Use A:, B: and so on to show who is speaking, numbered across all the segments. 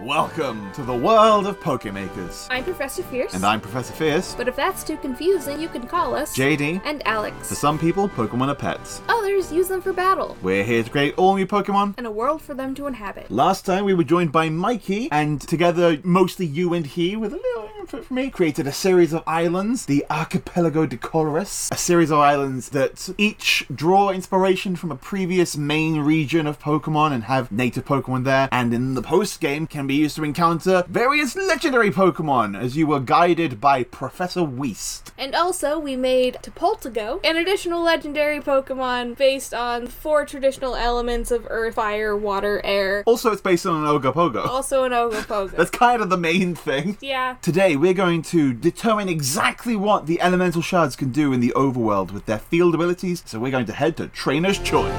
A: Welcome to the world of Pokemakers.
B: I'm Professor Fierce.
A: And I'm Professor Fierce,
B: But if that's too confusing, you can call us
A: JD.
B: and Alex.
A: For some people, Pokemon are pets.
B: Others use them for battle
A: We're here to create all new Pokemon.
B: and a world for them to inhabit.
A: Last time we were joined by Mikey, and together, mostly you and he, with a little input from me, created a series of islands, the Archipelago de Colorus, a series of islands that each draw inspiration from a previous main region of Pokemon and have native Pokemon there, and in the post game can be used to encounter various legendary Pokemon as you were guided by Professor Weast.
B: And also, we made Topoltago, an additional legendary Pokemon based on four traditional elements of earth, fire, water, air.
A: Also, it's based on an Ogopogo.
B: Also an Ogopogo.
A: That's kind of the main thing.
B: yeah.
A: Today, we're going to determine exactly what the elemental shards can do in the overworld with their field abilities, so we're going to head to Trainer's Choice.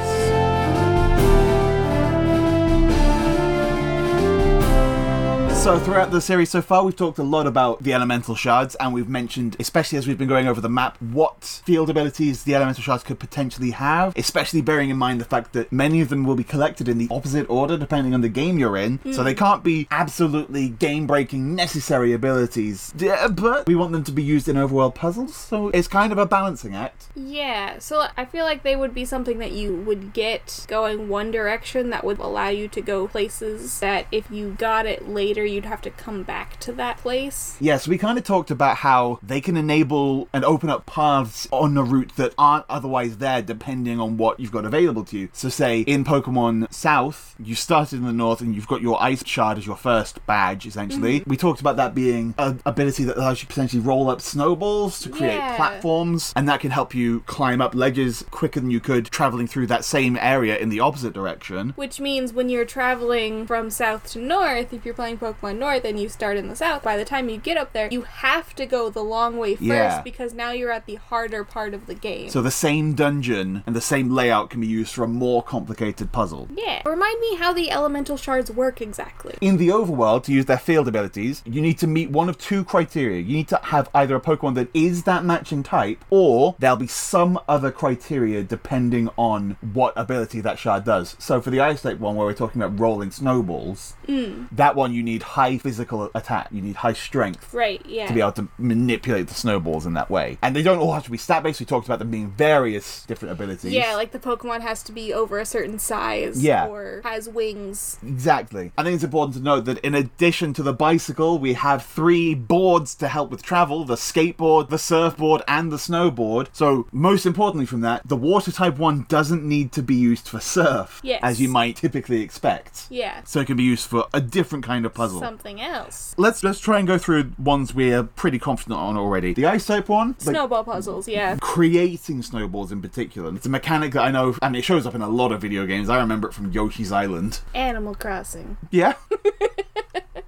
A: So, throughout the series so far, we've talked a lot about the elemental shards, and we've mentioned, especially as we've been going over the map, what field abilities the elemental shards could potentially have, especially bearing in mind the fact that many of them will be collected in the opposite order depending on the game you're in, so they can't be absolutely game breaking necessary abilities. Yeah, but we want them to be used in overworld puzzles, so it's kind of a balancing act.
B: Yeah. So I feel like they would be something that you would get going one direction that would allow you to go places that if you got it later, you'd have to come back to that place.
A: Yes, we kind of talked about how they can enable and open up paths on the route that aren't otherwise there, depending on what you've got available to you. So, say in Pokemon South, you started in the North and you've got your Ice Shard as your first badge, essentially. We talked about that being an ability that allows you to potentially roll up snowballs to create
B: Yeah.
A: platforms, and that can help you climb up ledges quicker than you could traveling through that same area in the opposite direction.
B: Which means when you're traveling from south to north, if you're playing Pokemon North and you start in the south, by the time you get up there, you have to go the long way first
A: Yeah.
B: because now you're at the harder part of the game.
A: So, the same dungeon and the same layout can be used for a more complicated puzzle.
B: yeah. Remind me how the elemental shards work exactly.
A: in the overworld to use their field abilities, you need to meet one of two criteria. You need to have either a Pokemon that is that matching type, or there'll be some other criteria depending on what ability that shard does. So for the Ice Type one, where we're talking about rolling snowballs,
B: Hmm.
A: that one you need high physical attack, you need high strength
B: Right, yeah.
A: to be able to manipulate the snowballs in that way. And they don't all have to be stat based. We talked about them being various different abilities.
B: yeah, like the Pokemon has to be over a certain size
A: Yeah.
B: or has wings.
A: Exactly. I think it's important to note that in addition to the bicycle, we have three boards to help with travel the skateboard, the surfboard, and the snowboard. So, most importantly from that, the water type one doesn't need to be used for surf,
B: Yes.
A: as you might typically expect.
B: Yeah.
A: So, it can be used for a different kind of puzzle.
B: Something else.
A: Let's let's try and go through ones we're pretty confident on already. The ice type one, like
B: Snowball puzzles, yeah.
A: creating snowballs in particular. It's a mechanic that I know, and it shows up in a lot of video games. I remember it from Yoshi's Island.
B: Animal Crossing.
A: Yeah.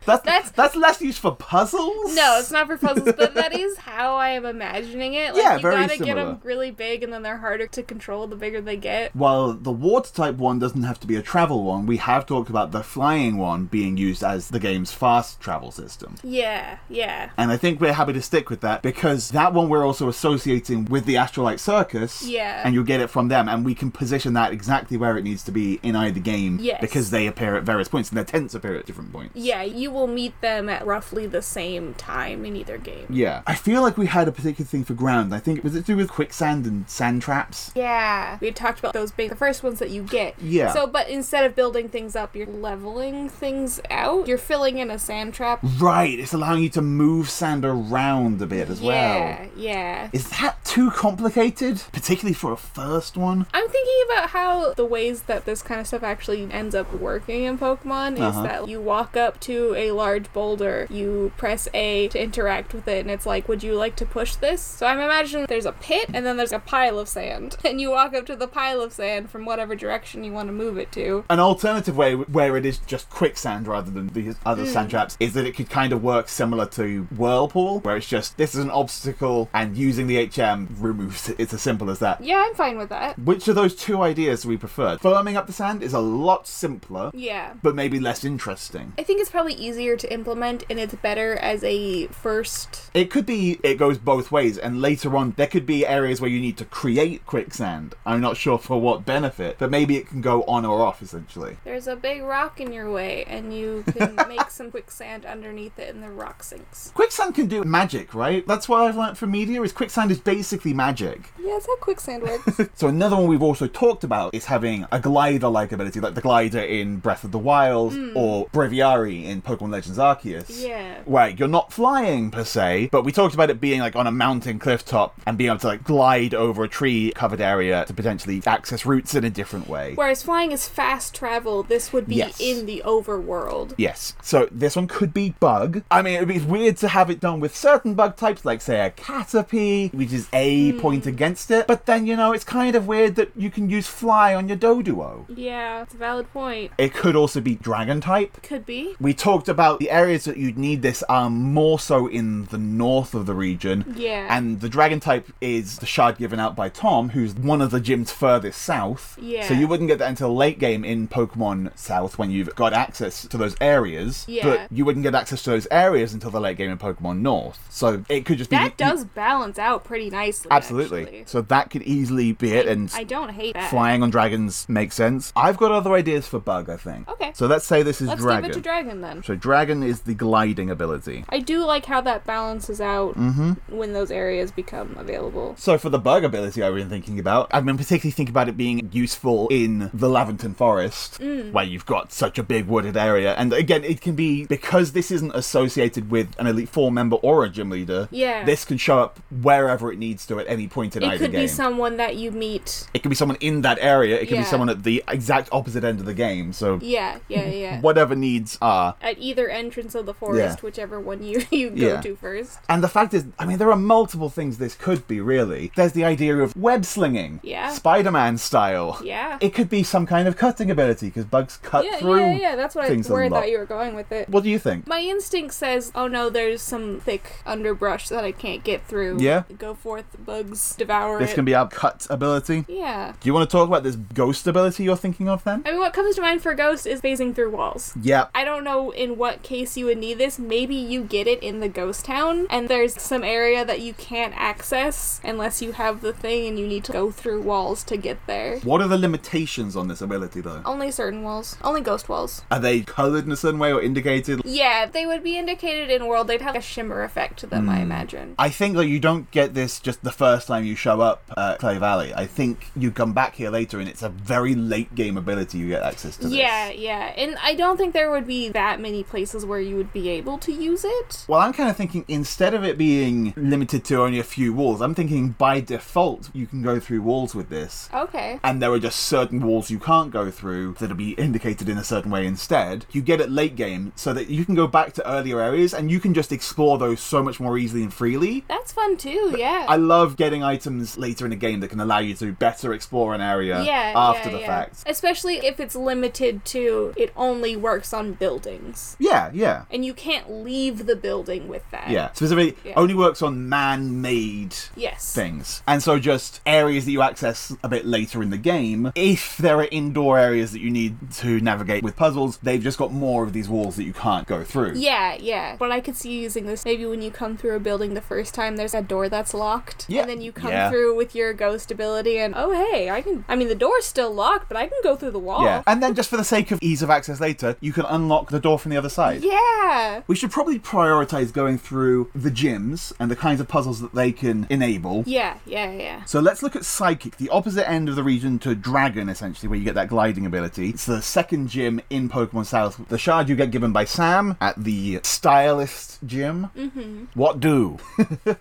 A: that's, that's
B: That's-
A: less used for puzzles.
B: No, it's not for puzzles, but that is how I am imagining it. Like,
A: Yeah,
B: you
A: very
B: gotta get
A: similar.
B: them really big, and then they're harder to control the bigger they get.
A: While the water type one doesn't have to be a travel one, we have talked about the flying one being used as the game's fast travel system.
B: Yeah, yeah,
A: And I think we're happy to stick with that because that one we're also associating with the Astrolite Circus.
B: Yeah.
A: And you'll get it from them, and we can position that exactly where it needs to be in either game
B: Yes.
A: because they appear at various points and their tents appear at different points.
B: yeah. You will meet them at roughly the same time in either game.
A: Yeah. I feel like we had a particular thing for ground. I think, was it to do with quicksand and sand traps?
B: Yeah, we had talked about those big, the first ones that you get.
A: Yeah.
B: So, but instead of building things up, you're leveling things out. You're filling in a sand trap.
A: Right, it's allowing you to move sand around a bit as well.
B: Yeah, yeah.
A: Is that too complicated? Particularly for a first one?
B: I'm thinking about how the ways that this kind of stuff actually ends up working in Pokemon is
A: Uh-huh.
B: that you walk up to a large boulder, you press A to interact with it, and it's like, would you like to push this? So I'm imagining there's a pit and then there's a pile of sand, and you walk up to the pile of sand from whatever direction you want to move it to.
A: An alternative way where it is just quicksand rather than the
B: Hmm.
A: other sand traps is that it could kind of work similar to Whirlpool, where it's just this is an obstacle and using the HM removes it. It's as simple as that.
B: Yeah, I'm fine with that.
A: Which of those two ideas do we prefer? Firming up the sand is a lot simpler,
B: Yeah.
A: but maybe less interesting.
B: I think it's probably easier to implement and it's better as a first.
A: It could be it goes both ways, and later on there could be areas where you need to create quicksand. I'm not sure for what benefit, but maybe it can go on or off essentially.
B: There's a big rock in your way, and you can make some quicksand underneath it, and the rock sinks.
A: Quicksand can do magic, right? That's what I've learnt from media is quicksand is basically magic.
B: Yeah, that's how quicksand works.
A: So another one we've also talked about is having a glider-like ability, like the glider in Breath of the Wild or Breviary in Pokemon Legends Arceus.
B: Yeah.
A: Where you're not flying per se, but we talked about it being like on a mountain cliff top and being able to like glide over a tree covered area to potentially access routes in a different way.
B: Whereas flying is fast travel, this would be
A: Yes.
B: in the overworld.
A: Yes. So this one could be bug. I mean, it would be weird to have it done with certain bug types, like, say, a Caterpie, which is a point against it. But then, you know, it's kind of weird that you can use fly on your Doduo.
B: Yeah, it's a valid point.
A: It could also be dragon type.
B: Could be.
A: We talked about the areas that you'd need this are more so in the north of the region.
B: Yeah.
A: And the dragon type is the shard given out by Tom, who's one of the gyms furthest south.
B: Yeah.
A: So you wouldn't get that until late game in Pokemon South when you've got access to those areas.
B: Yeah.
A: But you wouldn't get access to those areas until the late game in Pokemon North. So it could just be.
B: That does balance out pretty nicely.
A: Absolutely.
B: actually.
A: So that could easily be it. And
B: I don't hate that.
A: flying on dragons makes sense. I've got other ideas for bug, I think.
B: Okay.
A: So let's say this is
B: Let's
A: dragon.
B: give it to dragon then.
A: So dragon is the gliding ability.
B: I do like how that balances out
A: Mm-hmm.
B: when those areas become available.
A: So for the bug ability I've been thinking about, I've been particularly thinking about it being useful in the Laventon Forest,
B: Mm.
A: where you've got such a big wooded area. And again, it can be because this isn't associated with an Elite Four member or a gym leader.
B: Yeah.
A: This can show up wherever it needs to at any point in
B: It
A: either
B: could
A: game.
B: be someone that you meet.
A: it could be someone in that area. It could
B: Yeah.
A: be someone at the exact opposite end of the game. So
B: Yeah, yeah, yeah.
A: whatever needs are.
B: At either entrance of the forest,
A: Yeah.
B: whichever one you, you go
A: Yeah.
B: to first.
A: And the fact is, I mean, there are multiple things this could be, really. There's the idea of web slinging,
B: Yeah.
A: Spider Man style.
B: Yeah.
A: It could be some kind of cutting ability because bugs cut
B: yeah,
A: through.
B: yeah, yeah. That's what I,
A: things a
B: where I
A: lot.
B: thought you were going with it.
A: What do you think?
B: My instinct says, oh no, there's some thick underbrush that I can't get through.
A: Yeah.
B: Go forth, bugs, devour
A: This
B: it.
A: can be our cut ability.
B: yeah.
A: Do you want to talk about this ghost ability you're thinking of then?
B: I mean, what comes to mind for Ghost is phasing through walls.
A: Yeah.
B: I don't know in what case you would need this. Maybe you get it in the ghost town, and there's some area that you can't access unless you have the thing and you need to go through walls to get there.
A: What are the limitations on this ability though?
B: Only certain walls. Only ghost walls.
A: Are they colored in a certain way or indicated?
B: Yeah, they would be indicated in world. They'd have a shimmer effect to them, I
A: Hmm.
B: imagine.
A: I think that you don't get this just the first time you show up at Clay Valley. I think you come back here later and it's a very late game ability you get access to this.
B: Yeah, yeah. And I don't think there would be that many places where you would be able to use it.
A: Well, I'm kind of thinking instead of it being limited to only a few walls, I'm thinking by default you can go through walls with this.
B: Okay.
A: and there are just certain walls you can't go through that'll be indicated in a certain way instead. You get it late game so that you can go back to earlier areas and you can just explore those so much more easily and freely.
B: That's fun too, yeah.
A: I love getting items later in a game that can allow you to better explore an area
B: yeah,
A: after
B: yeah,
A: the
B: yeah.
A: fact.
B: Especially if it's limited to it only works on buildings.
A: Yeah, yeah.
B: And you can't leave the building with that.
A: Yeah, specifically
B: Yeah.
A: only works on man-made
B: Yes.
A: things. And so just areas that you access a bit later in the game, if there are indoor areas that you need to navigate with puzzles, they've just got more of these walls that you can't go through.
B: Yeah, yeah. But I could see you using this maybe when you come through a building the first time there's a door that's locked.
A: Yeah.
B: And then you come
A: Yeah.
B: through with your ghost ability and oh hey, I can I mean the door's still locked, but I can go through the wall.
A: Yeah. And then just for the sake of ease of access later, you can unlock the door from the other side.
B: Yeah.
A: We should probably prioritize going through the gyms and the kinds of puzzles that they can enable.
B: Yeah, yeah, yeah.
A: So let's look at Psychic, the opposite end of the region to Dragon, essentially, where you get that gliding ability. It's the second gym in Pokemon South. The shard you get given by Sam at the Stylist Gym. Mm-hmm. What do?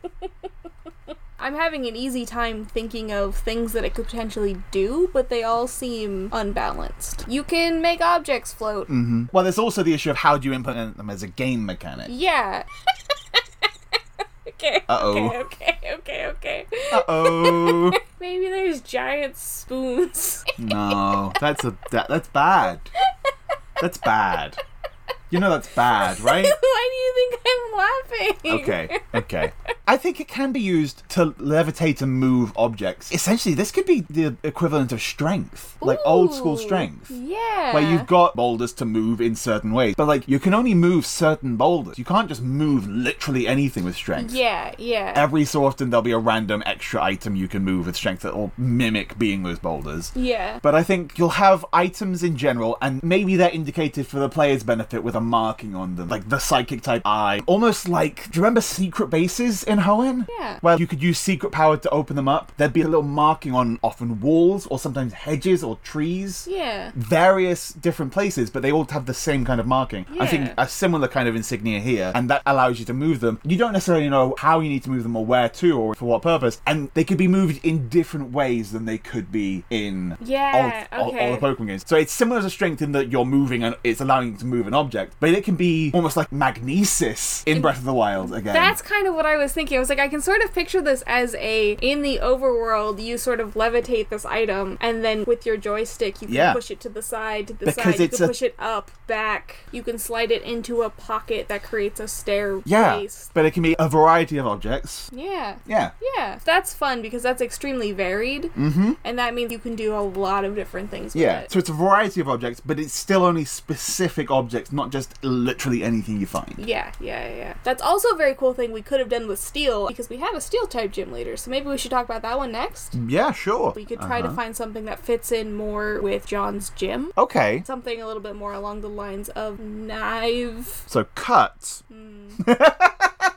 B: I'm having an easy time thinking of things that it could potentially do, but they all seem unbalanced. You can make objects float.
A: well, there's also the issue of how do you implement them as a game mechanic.
B: Yeah. okay.
A: Uh-oh.
B: Okay, okay, okay, okay.
A: Oh
B: Maybe there's giant spoons.
A: no, that's a that, that's bad. That's bad. You know that's bad, right?
B: Why do you think I'm I'm laughing.
A: Okay, okay. I think it can be used to levitate and move objects. Essentially, this could be the equivalent of strength, like old school
B: Ooh,
A: strength.
B: Yeah.
A: Where you've got boulders to move in certain ways. But, like, you can only move certain boulders. You can't just move literally anything with strength.
B: Yeah, yeah.
A: Every so often, there'll be a random extra item you can move with strength that will mimic being those boulders.
B: yeah.
A: But I think you'll have items in general, and maybe they're indicated for the player's benefit with a marking on them, like the psychic type eye. Almost like, do you remember secret bases in Hoenn?
B: Yeah.
A: Where you could use secret power to open them up. There'd be a little marking on often walls, or sometimes hedges, or trees.
B: yeah.
A: Various different places, but they all have the same kind of marking. I think
B: Yeah.
A: a similar kind of insignia here, and that allows you to move them. You don't necessarily know how you need to move them or where to or for what purpose, and they could be moved in different ways than they could be in
B: Yeah,
A: all, all- all
B: okay.
A: the Pokemon games. So it's similar to strength in that you're moving and it's allowing you to move an object, but it can be almost like magnesis in Breath of the Wild again.
B: That's kind of what I was thinking. I was like, I can sort of picture this as a in the overworld, you sort of levitate this item, and then with your joystick, you can
A: Yeah.
B: push it to the side, to the
A: Because
B: side. You
A: it's
B: can
A: a-
B: push it up, back. You can slide it into a pocket that creates a staircase.
A: yeah, but it can be a variety of objects.
B: Yeah.
A: Yeah.
B: Yeah, that's fun because that's extremely varied, mm-hmm. and that means you can do a lot of different things.
A: Yeah,
B: with
A: so
B: it.
A: it's a variety of objects, but it's still only specific objects, not just literally anything you find.
B: yeah, yeah, yeah. That's also a very cool thing we could have done with steel because we have a steel type gym leader. So maybe we should talk about that one next.
A: Yeah, sure.
B: We could try to
A: Uh-huh.
B: find something that fits in more with John's gym.
A: Okay,
B: Something a little bit more along the lines of knife
A: so cut.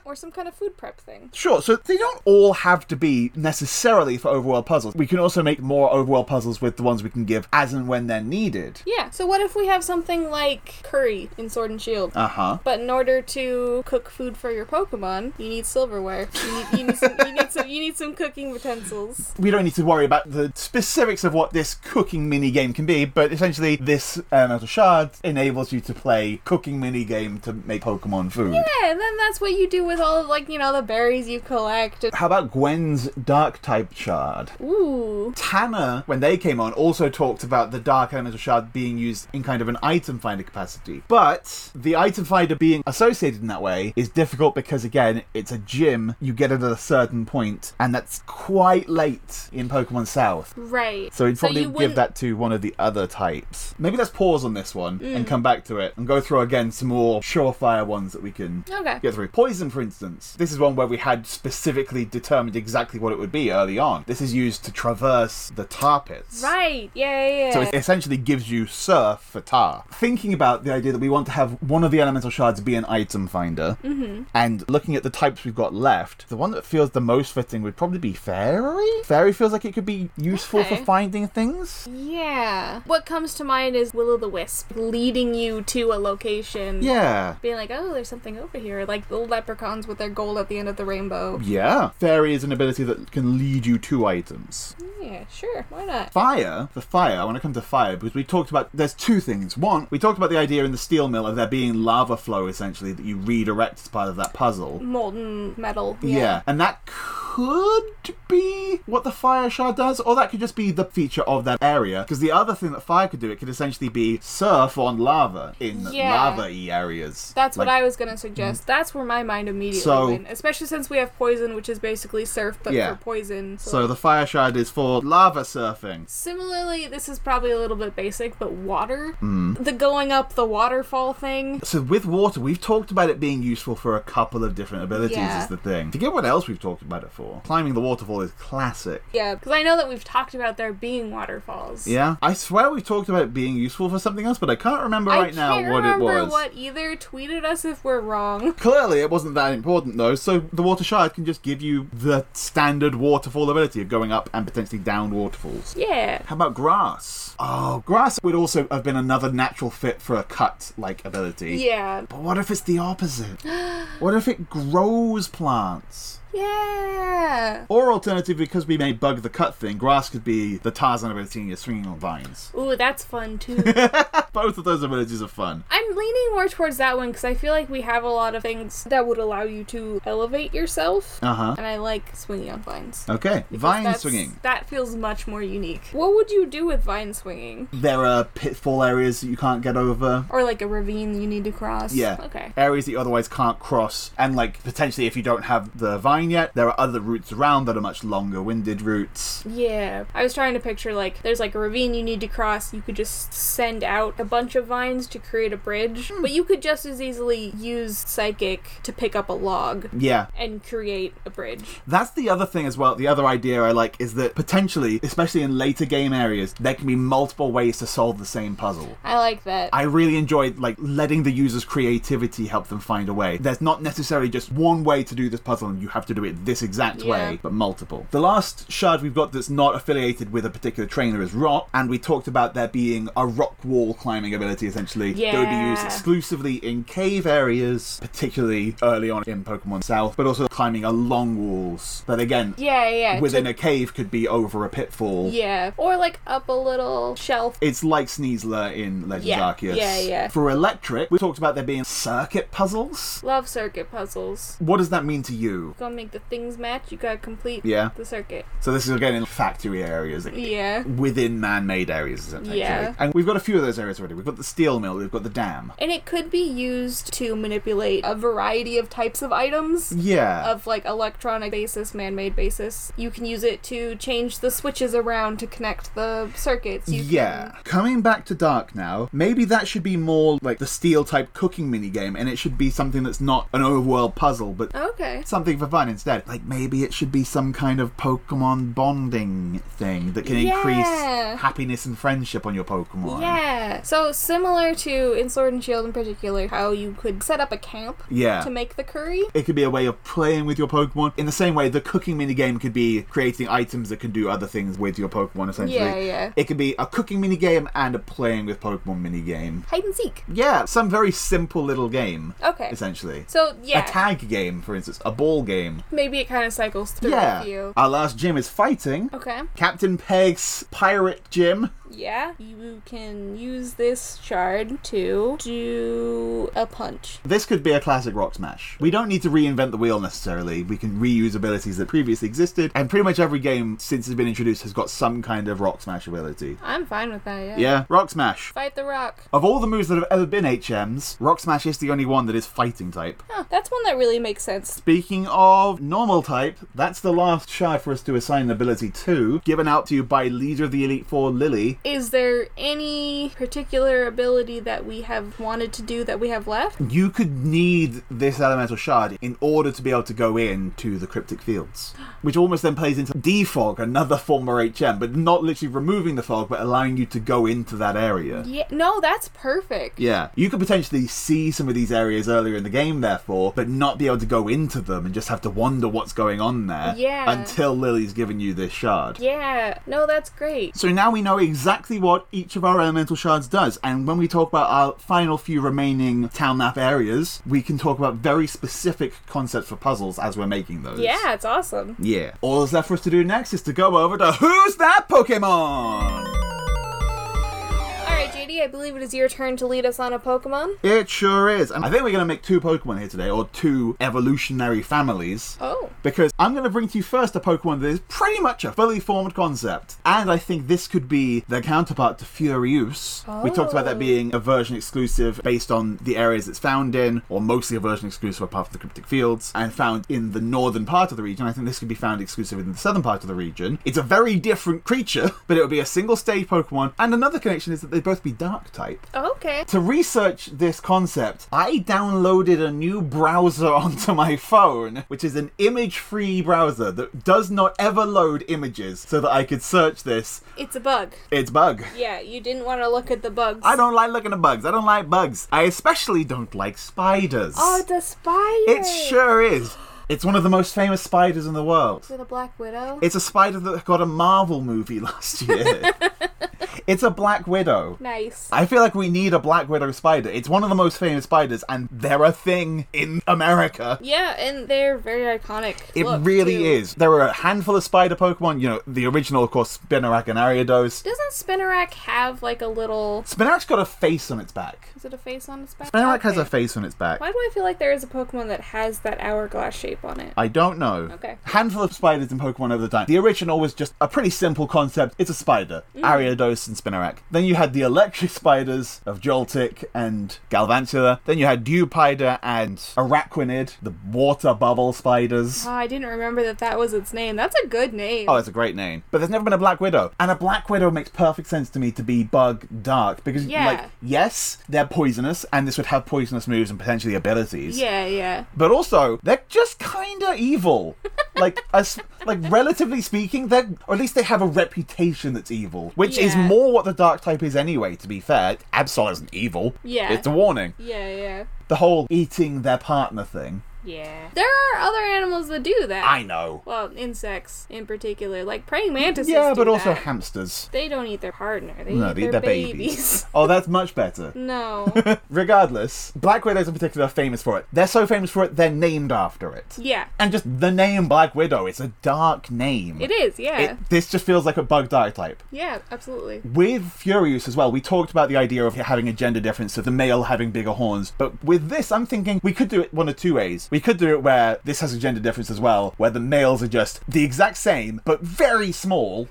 B: or some kind of food prep thing.
A: Sure, so they don't all have to be necessarily for overworld puzzles. We can also make more overworld puzzles with the ones we can give as and when they're needed.
B: Yeah. So what if we have something like curry in Sword and Shield?
A: Uh huh.
B: But in order to cook food for your Pokemon, you need silverware. You need, you need, some, you need some. You need some cooking utensils.
A: we don't need to worry about the specifics of what this cooking mini game can be, but essentially, this elemental shard enables you to play cooking mini game to make Pokemon food.
B: Yeah, and then that's what you do with all of like you know the berries you collect. And,
A: How about Gwen's dark type shard?
B: ooh.
A: Tanner, when they came on, also talked about the dark elemental shard being used in kind of an item finder capacity. But the item finder being associated in that way is difficult because, again, it's a gym. You get it at a certain point, and that's quite late in Pokemon South.
B: Right.
A: So he'd probably
B: you
A: give
B: wouldn't-
A: that to one of the other types. Maybe let's pause on this one
B: Mm.
A: and come back to it and go through again some more surefire ones that we can
B: Okay.
A: get through. Poison, for instance. This is one where we had specifically determined exactly what it would be early on. This is used to traverse the tar pits.
B: Right. Yeah. Yeah. yeah.
A: So it essentially gives you surf for tar. Thinking about the idea that we want to have one of the elemental shards be an item finder,
B: Mm-hmm.
A: and looking at the types we've got left, the one that feels the most fitting would probably be fairy. Fairy feels like it could be useful
B: Okay.
A: for finding things.
B: yeah. What comes to mind is Will O' the Wisp leading you to a location.
A: Yeah.
B: Being like, oh, there's something over here, like the leprechauns with their gold at the end of the rainbow.
A: Yeah. Fairy is an ability that can lead you to items.
B: Yeah, sure, why not?
A: Fire, the fire, I want to come to fire because we talked about there's two things. One, we talked about the idea in the steel mill of there being lava flow essentially that you redirect as part of that puzzle.
B: Molten metal.
A: Yeah. and that could be what the fire shard does, or that could just be the feature of that area. Because the other thing that fire could do, it could essentially be surf on lava in
B: Yeah.
A: lava-y areas.
B: That's
A: Like- mm.
B: what I was gonna suggest. That's where my mind immediately
A: So-
B: went, especially since we have poison, which is basically surf, but
A: Yeah.
B: for poison. So,
A: So the fire shard is for lava surfing.
B: similarly, this is probably a little bit basic, but water,
A: Mm.
B: the going up the waterfall thing.
A: So with water, we've talked about it being useful for a couple of different abilities.
B: Yeah.
A: Is the thing. Forget what else we've talked about it for. Climbing the waterfall is classic.
B: Yeah, because I know that we've talked about there being waterfalls.
A: Yeah, I swear we talked about it being useful for something else, but I can't remember
B: I
A: right
B: can't
A: now what it
B: remember
A: was.
B: what either. Tweeted us if we're wrong.
A: Clearly, it wasn't that important though, so the water shard can just give you the standard waterfall ability of going up and potentially down waterfalls.
B: Yeah.
A: How about grass? Oh, grass would also have been another natural fit for a cut like ability.
B: Yeah.
A: But what if it's the opposite? what if it grows plants?
B: Yeah.
A: Or alternatively, because we may bug the cut thing, grass could be the Tarzan ability and you're swinging on vines.
B: Ooh, that's fun too.
A: Both of those abilities are fun.
B: I'm leaning more towards that one because I feel like we have a lot of things that would allow you to elevate yourself.
A: Uh huh.
B: And I like swinging on vines.
A: Okay, vine
B: That's-
A: swinging.
B: That feels much more unique. What would you do with vine swinging?
A: There are pitfall areas that you can't get over.
B: Or like a ravine you need to cross?
A: Yeah.
B: Okay.
A: Areas that you otherwise can't cross, and like potentially if you don't have the vine yet, there are other routes around that are much longer winded routes.
B: Yeah. I was trying to picture like there's like a ravine you need to cross. You could just send out a bunch of vines to create a bridge,
A: Hmm.
B: but you could just as easily use psychic to pick up a log
A: Yeah,
B: and create a bridge.
A: That's the other thing as well. The other idea I like is that potentially, especially in later game areas, there can be multiple ways to solve the same puzzle.
B: I like that.
A: I really enjoyed like letting the user's creativity help them find a way. There's not necessarily just one way to do this puzzle and you have to do it this exact
B: Yeah.
A: way, but multiple. The last shard we've got that's not affiliated with a particular trainer is rock, and we talked about there being a rock wall climbing ability essentially that would be used
B: Yeah.
A: exclusively in cave areas, particularly early on in Pokemon South, but also climbing along walls. But again,
B: yeah, yeah.
A: within a cave could be over a pitfall.
B: yeah. Or like up a little shelf.
A: It's like Sneasler in Legends
B: Yeah,
A: Arceus.
B: yeah, yeah.
A: For Electric, we talked about there being circuit puzzles.
B: Love circuit puzzles.
A: What does that mean to you?
B: Gonna make the things match. You gotta complete
A: Yeah.
B: the circuit.
A: So this is again in factory areas.
B: Yeah.
A: Within man-made areas, isn't it?
B: Yeah.
A: And we've got a few of those areas already. We've got the steel mill. We've got the dam.
B: And it could be used to manipulate a variety of types of items.
A: Yeah.
B: of like electronic basis, man-made basis. You can use it to change the switches around to connect the circuits. You
A: yeah. Coming back to Dark now, maybe that should be more like the steel type cooking minigame, and it should be something that's not an overworld puzzle, but
B: Can... Okay.
A: something for fun instead. Like maybe it should be some kind of Pokemon bonding thing that can
B: Yeah.
A: increase happiness and friendship on your Pokemon.
B: Yeah. So similar to in Sword and Shield in particular, how you could set up a camp
A: Yeah.
B: to make the curry.
A: It could be a way of playing with your Pokemon. In the same way, the cooking minigame could be creating items that can do other things with your Pokemon, essentially.
B: Yeah, yeah.
A: It could be a cooking minigame and a playing with Pokemon minigame.
B: Hide and seek.
A: Yeah, some very simple little game,
B: Okay.
A: essentially.
B: So yeah,
A: A tag game, for instance, a ball game.
B: maybe it kind of Oh. cycles through a
A: Yeah.
B: few.
A: Our last gym is fighting.
B: Okay.
A: Captain Peg's pirate gym.
B: Yeah. You can use this shard to do a punch.
A: This could be a classic rock smash. We don't need to reinvent the wheel necessarily. We can reuse abilities that previously existed, and pretty much every game since it's been introduced has got some kind of rock smash ability.
B: I'm fine with that. Yeah.
A: Yeah, rock smash.
B: Fight the rock.
A: Of all the moves that have ever been HMs, rock smash is the only one that is fighting type.
B: Huh, that's one that really makes sense.
A: Speaking of normal type, that's the last shard for us to assign an ability to, given out to you by leader of the Elite Four, Lily.
B: Is there any particular ability that we have wanted to do that we have left?
A: You could need this elemental shard in order to be able to go in to the cryptic fields, which almost then plays into defog, another former HM, but not literally removing the fog, but allowing you to go into that area.
B: Yeah. No, that's perfect.
A: Yeah, you could potentially see some of these areas earlier in the game, therefore, but not be able to go into them and just have to wonder what's going on there
B: Yeah.
A: until Lily's given you this shard.
B: Yeah. No, that's great.
A: So now we know exactly what each of our elemental shards does, and when we talk about our final few remaining town map areas, we can talk about very specific concepts for puzzles as we're making those.
B: Yeah, it's awesome.
A: Yeah. All that's left for us to do next is to go over to Who's That Pokemon?
B: All right, JD, I believe it is your turn to lead us on a Pokemon.
A: It sure is. And I think we're going to make two Pokemon here today, or two evolutionary families.
B: Oh.
A: because I'm going to bring to you first a Pokemon that is pretty much a fully formed concept. And I think this could be the counterpart to Furious. We talked about that
B: Oh.
A: being a version exclusive based on the areas it's found in, or mostly a version exclusive apart from the cryptic fields, and found in the northern part of the region. I think this could be found exclusive in the southern part of the region. It's a very different creature, but it would be a single stage Pokemon. And another connection is that they'd both be dark type
B: Okay.
A: to research this concept, I downloaded a new browser onto my phone, which is an image free browser that does not ever load images so that I could search this.
B: It's a bug.
A: It's bug.
B: Yeah, you didn't want to look at the bugs.
A: I don't like looking at bugs. I don't like bugs. I especially don't like spiders.
B: Oh, it's a spider.
A: it sure is. It's one of the most famous spiders in the world.
B: Is it a Black Widow?
A: It's a spider that got a Marvel movie last year. It's a black widow.
B: Nice.
A: I feel like we need a black widow spider. It's one of the most famous spiders, and they're a thing in America.
B: yeah, and they're very iconic.
A: It
B: look,
A: really
B: too.
A: is. There are a handful of spider Pokemon. You know, the original, of course, Spinarak and Ariados.
B: Doesn't Spinarak have like a little?
A: Spinarak's got a face on its back.
B: Is it a face on its back?
A: Spinarak has
B: Okay.
A: a face on its back.
B: Why do I feel like there is a Pokemon that has that hourglass shape on it?
A: I don't know.
B: Okay.
A: Handful of spiders in Pokemon over the time. The original was just a pretty simple concept. It's a spider.
B: Mm.
A: Ariados and Spinarak. Then you had the electric spiders of Joltik and Galvantula. Then you had Dewpider and Araquanid, the water bubble spiders.
B: Oh, I didn't remember that that was its name. That's a good name.
A: Oh, it's a great name. But there's never been a Black Widow. And a Black Widow makes perfect sense to me to be bug dark. Because,
B: Yeah.
A: like, yes, they're poisonous, and this would have poisonous moves and potentially abilities.
B: yeah, yeah.
A: but also they're just kind of evil. like, as, like relatively speaking, they're or at least they have a reputation that's evil, which is
B: Yeah.
A: more what the dark type is anyway. To be fair, Absol isn't evil.
B: Yeah.
A: it's a warning.
B: Yeah, yeah.
A: The whole eating their partner thing.
B: Yeah. There are other animals that do that.
A: I know.
B: Well, insects in particular, like praying mantises.
A: yeah,
B: do
A: but also
B: that.
A: hamsters.
B: they don't eat their partner. They
A: No,
B: eat
A: they
B: their,
A: eat their
B: babies.
A: babies. Oh, that's much better.
B: no.
A: Regardless, Black Widows in particular are famous for it. They're so famous for it, they're named after it.
B: yeah,
A: And just the name Black Widow, it's a dark name.
B: it is. Yeah,
A: It, this just feels like a bug dark type.
B: yeah, absolutely.
A: With Furious as well, we talked about the idea of having a gender difference, of the male having bigger horns. But with this, I'm thinking we could do it one of two ways. We could do it where this has a gender difference as well, where the males are just the exact same, but very small.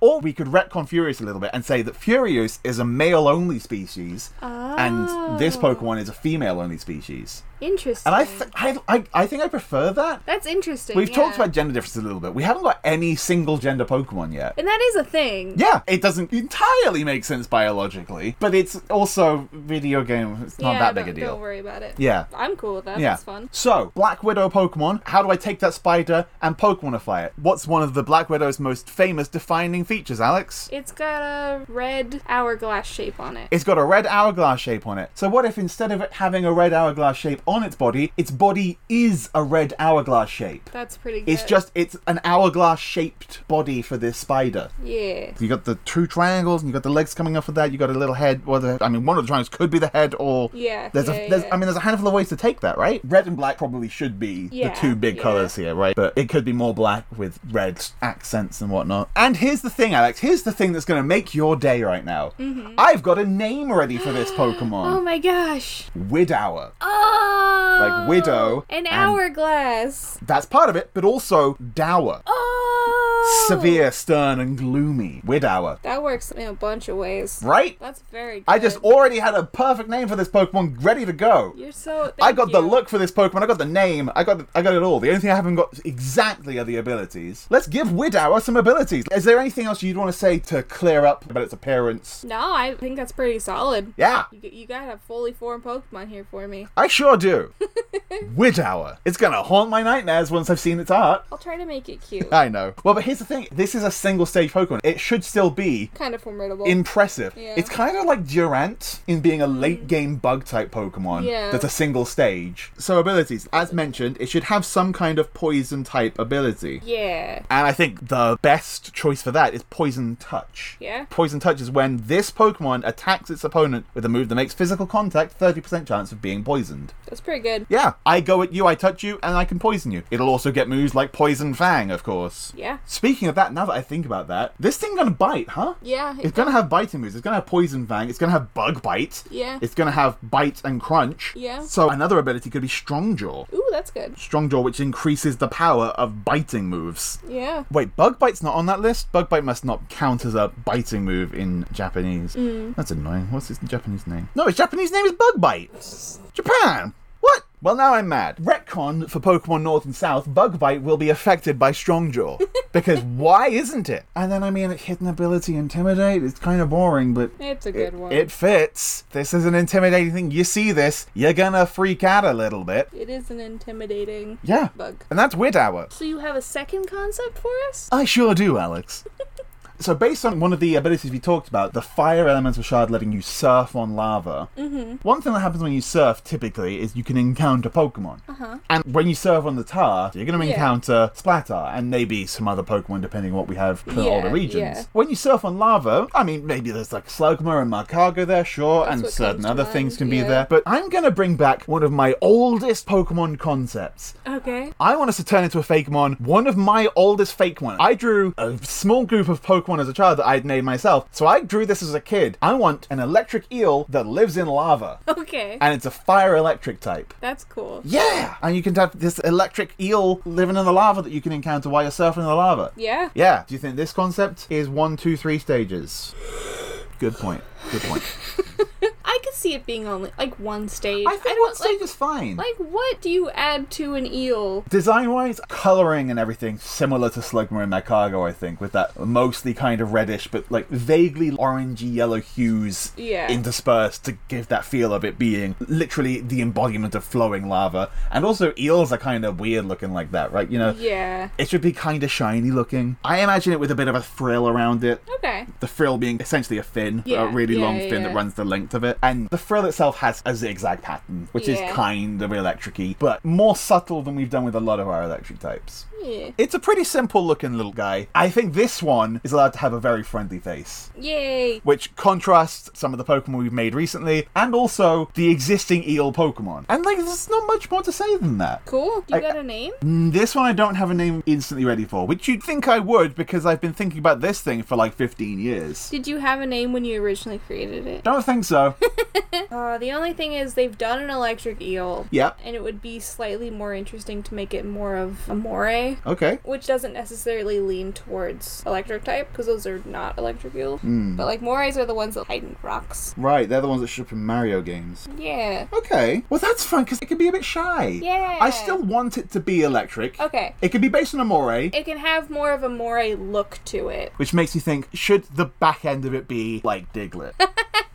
A: or we could retcon Furious a little bit and say that Furious is a male only species, and this
B: Oh.
A: Pokemon is a female only species.
B: Interesting.
A: And I, th- I, I, I think I prefer that.
B: That's interesting.
A: We've
B: yeah.
A: talked about gender differences a little bit. We haven't got any single gender Pokemon yet.
B: and that is a thing.
A: Yeah, it doesn't entirely make sense biologically, but it's also video game. It's not
B: Yeah,
A: that big a
B: don't- Don't
A: deal.
B: worry about it.
A: Yeah.
B: I'm cool with that.
A: Yeah.
B: That's fun.
A: So, Black Widow Pokemon, how do I take that spider and Pokemonify it? What's one of the Black Widow's most famous defining features, Alex?
B: It's got a red hourglass shape on it.
A: It's got a red hourglass shape on it. So, what if instead of it having a red hourglass shape on its body, its body is a red hourglass shape?
B: That's pretty good.
A: It's just, it's an hourglass shaped body for this spider.
B: Yeah.
A: You got the true triangles, and you got the legs coming off of that. You got a little head. Well, the, I mean, one of the triangles could be the head, or
B: Yeah,
A: There's
B: yeah,
A: a, there's,
B: yeah.
A: I mean, there's a handful of ways to take that, right? Red and black probably should be
B: Yeah,
A: the two big
B: yeah.
A: colors here, right? But it could be more black with red accents and whatnot. And here's the thing, Alex. Here's the thing that's going to make your day right now.
B: Mm-hmm.
A: I've got a name ready for this
B: Oh
A: Pokemon,
B: my gosh.
A: Widower.
B: Oh.
A: Like widow
B: An
A: and-
B: hourglass.
A: That's part of it, but also Dower.
B: Oh.
A: Severe, stern, and gloomy. Widower,
B: That works in a bunch of ways.
A: right?
B: That's very. Good.
A: I just already had a perfect name for this Pokemon ready to go.
B: You're so.
A: I
B: thank
A: got the
B: you.
A: look for this Pokemon. I got the name. I got I got it all. The only thing I haven't got exactly are the abilities. Let's give Widower some abilities. Is there anything else you'd want to say to clear up about its appearance?
B: No, I think that's pretty solid.
A: Yeah,
B: You, g- you got a fully formed Pokemon here for me.
A: I sure do. Widower. It's gonna haunt my nightmares once I've seen its art.
B: I'll try to make it cute.
A: I know. Well, but here's the thing. This is a single stage Pokemon. It should still be
B: kind of formidable.
A: impressive.
B: Yeah. Mm.
A: It's kind of like Durant in being a late game bug type Pokemon
B: Yeah.
A: that's a single stage. So abilities, as mentioned, it should have some kind of poison type ability.
B: yeah.
A: And I think the best choice for that is Poison Touch.
B: Yeah.
A: Poison Touch is when this Pokemon attacks its opponent with a move that makes physical contact 30% chance of being poisoned.
B: That's pretty good.
A: Yeah, I go at you, I touch you, and I can poison you. It'll also get moves like Poison Fang, of course.
B: Yeah.
A: Speaking of that, now that I think about that, this thing gonna bite, huh?
B: Yeah.
A: It's gonna have biting moves. It's gonna have poison fang. It's gonna have bug bite.
B: Yeah.
A: It's gonna have bite and crunch.
B: Yeah.
A: So another ability could be strong jaw.
B: Ooh, that's good.
A: Strong jaw, which increases the power of biting moves.
B: Yeah.
A: Wait, bug bite's not on that list. Bug bite must not count as a biting move in Japanese.
B: Mm.
A: That's annoying. What's its Japanese name? No, its Japanese name is bug bite. Japan. What? Well, now I'm mad. Retcon for Pokemon North and South, Bug Bite will be affected by Strong Jaw. because why isn't it? And then, I mean, hidden ability Intimidate is kind of boring, but
B: It's a
A: it,
B: good one.
A: it fits. This is an intimidating thing. You see this, you're gonna freak out a little bit.
B: it is an intimidating
A: Yeah.
B: bug.
A: And that's Widower.
B: So you have a second concept for us?
A: I sure do, Alex. So, based on one of the abilities we talked about, the fire elemental shard letting you surf on lava,
B: Mm-hmm.
A: one thing that happens when you surf typically is you can encounter Pokemon. Uh-huh. And when you surf on the tar, you're going to
B: Yeah.
A: encounter Splatter and maybe some other Pokemon depending on what we have for all the
B: Yeah,
A: regions.
B: yeah.
A: When you surf on lava, I mean, maybe there's like Slugma and Markargo there, sure,
B: That's
A: and
B: what
A: certain
B: comes to
A: other
B: mind,
A: things can be
B: yeah.
A: there. But I'm going to bring back one of my oldest Pokemon concepts.
B: Okay.
A: I want us to turn into a Fakemon, one of my oldest Fakemon. I drew a small group of Pokemon as a child that I had made myself, so I drew this as a kid. I want an electric eel that lives in lava,
B: Okay.
A: and it's a fire electric type.
B: That's cool.
A: Yeah! And you can have this electric eel living in the lava that you can encounter while you're surfing in the lava.
B: Yeah.
A: Yeah. Do you think this concept is one, two, three stages? Good point. Good point.
B: I could see it being only like one stage.
A: I think
B: don't
A: one stage
B: like,
A: is fine.
B: like what do you add to an eel?
A: Design wise, colouring and everything similar to Slugma and Nakago, I think, with that mostly kind of reddish but like vaguely orangey yellow hues
B: Yeah.
A: interspersed to give that feel of it being literally the embodiment of flowing lava. And also eels are kind of weird looking like that, right? You know,
B: Yeah.
A: it should be kind of shiny looking. I imagine it with a bit of a frill around it.
B: Okay.
A: The frill being essentially a fin,
B: Yeah,
A: a really
B: yeah,
A: long
B: yeah,
A: fin that
B: yeah.
A: runs the length of it. And the frill itself has a zigzag pattern, which
B: Yeah.
A: is kind of electric but more subtle than we've done with a lot of our electric types.
B: Yeah.
A: It's a pretty simple looking little guy. I think this one is allowed to have a very friendly face,
B: Yay.
A: which contrasts some of the Pokemon we've made recently and also the existing eel Pokemon. And like, there's not much more to say than that.
B: Cool. Do you
A: I-
B: got a name?
A: Mm, This one I don't have a name instantly ready for, which you'd think I would because I've been thinking about this thing for like 15 years.
B: Did you have a name when you originally created it?
A: Don't think so.
B: Uh, the only thing is they've done an electric eel.
A: yep.
B: And it would be slightly more interesting to make it more of a moray,
A: Okay.
B: which doesn't necessarily lean towards electric type, because those are not electric eels.
A: Hmm.
B: But like morays are the ones that hide in rocks.
A: Right, they're the ones that show up in Mario games.
B: Yeah.
A: Okay. Well, that's fun because it can be a bit shy.
B: Yeah.
A: I still want it to be electric.
B: Okay.
A: It could be based on a moray,
B: It can have more of a moray look to it.
A: which makes me think should the back end of it be like Diglett?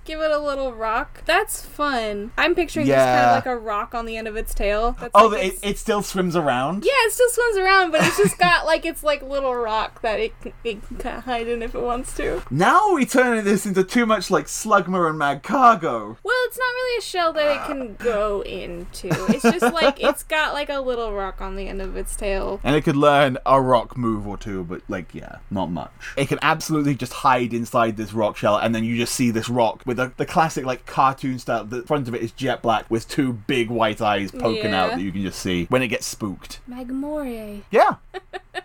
B: Give it a little rock. That's fun. I'm picturing just kind
A: Yeah.
B: of like a rock on the end of its tail. That's
A: oh,
B: like
A: it,
B: its-
A: it still swims around?
B: yeah, it still swims around, but it's just got like its like little rock that it can, it can kinda hide in if it wants to.
A: Now we're turning this into too much like Slugma and Magcargo.
B: Well, it's not really a shell that it can go into. It's just like it's got like a little rock on the end of its tail.
A: And it could learn a rock move or two, but like, yeah, not much. It can absolutely just hide inside this rock shell, and then you just see this rock with a, the classic, like, cartoon style. The front of it is jet black with two big white eyes poking out
B: Yeah.
A: that you can just see when it gets spooked.
B: Magmorie.
A: Yeah,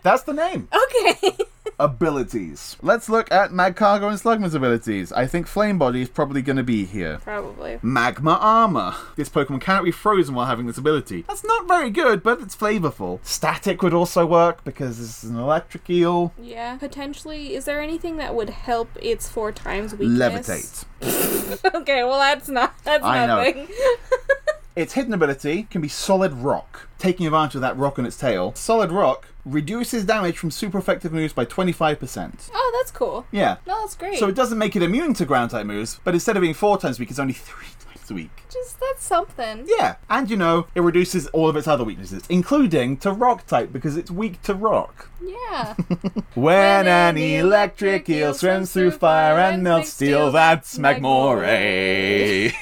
A: that's the name.
B: Okay.
A: abilities. Let's look at Magcargo and Slugman's abilities. I think Flame Body is probably going to be here.
B: Probably.
A: Magma Armor. This Pokemon cannot be frozen while having this ability. That's not very good, but it's flavorful. Static would also work because this is an electric eel.
B: Yeah. Potentially, is there anything that would help its four times weakness?
A: Levitate.
B: Levitate. okay, well that's not that's
A: I know.
B: nothing.
A: Its hidden ability can be Solid Rock, taking advantage of that rock on its tail. Solid Rock reduces damage from super effective moves by 25%.
B: Oh, that's cool.
A: Yeah.
B: No, that's great.
A: So it doesn't make it immune to ground type moves, but instead of being four times weak, it's only three times weak.
B: just that's something.
A: Yeah, and you know, it reduces all of its other weaknesses, including to rock type because it's weak to rock.
B: Yeah.
A: When an electric eel swims through fire and melts steel, that's Magmore.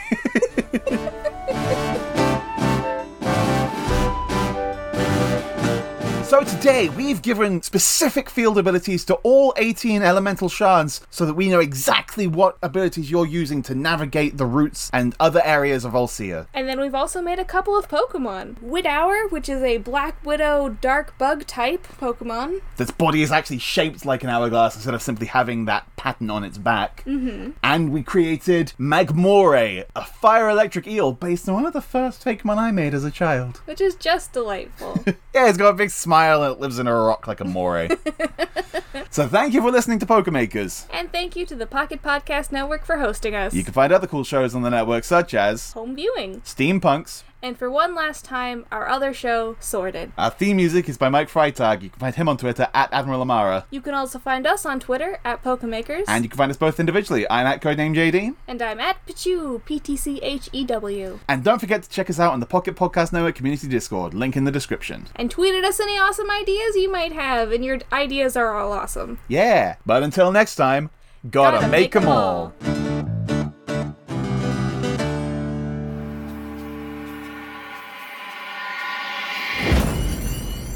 A: So today we've given specific field abilities to all 18 elemental shards so that we know exactly what abilities you're using to navigate the routes and other areas of Olsea.
B: and then we've also made a couple of Pokemon. Widower, which is a black widow dark bug type Pokemon.
A: This body is actually shaped like an hourglass instead of simply having that pattern on its back. Mm-hmm. And we created Magmore, a fire electric eel based on one of the first Pokemon I made as a child.
B: Which is just delightful.
A: Yeah, it's got a big smile and it lives in a rock like a moray. so thank you for listening to Pokemakers.
B: and thank you to the Pocket Podcast Network for hosting us.
A: You can find other cool shows on the network such as
B: Home viewing
A: Steampunks,
B: And for one last time, our other show, Sorted.
A: Our theme music is by Mike Freitag. You can find him on Twitter at Admiral Amara.
B: You can also find us on Twitter at Pokemakers.
A: And you can find us both individually. I'm at Codename JD.
B: And I'm at Pichu, P T C H E W.
A: And don't forget to check us out on the Pocket Podcast Network Community Discord. Link in the description.
B: And tweeted us any awesome ideas you might have, and your ideas are all awesome.
A: Yeah. But until next time, gotta,
B: Gotta
A: make 'em
B: make 'em
A: all.
B: all.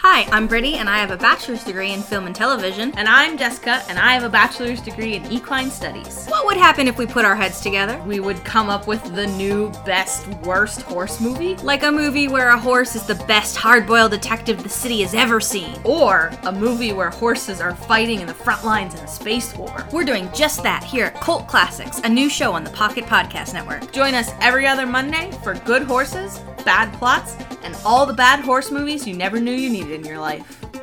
C: Hi, I'm Brittany, and I have a bachelor's degree in film and television.
D: And I'm Jessica, and I have a bachelor's degree in equine studies.
C: What would happen if we put our heads together?
D: We would come up with the new best worst horse movie,
C: Like a movie where a horse is the best hard boiled detective the city has ever seen.
D: or a movie where horses are fighting in the front lines in a space war.
C: We're doing just that here at Cult Classics, a new show on the Pocket Podcast Network.
D: Join us every other Monday for good horses, bad plots, and all the bad horse movies you never knew you needed in your life.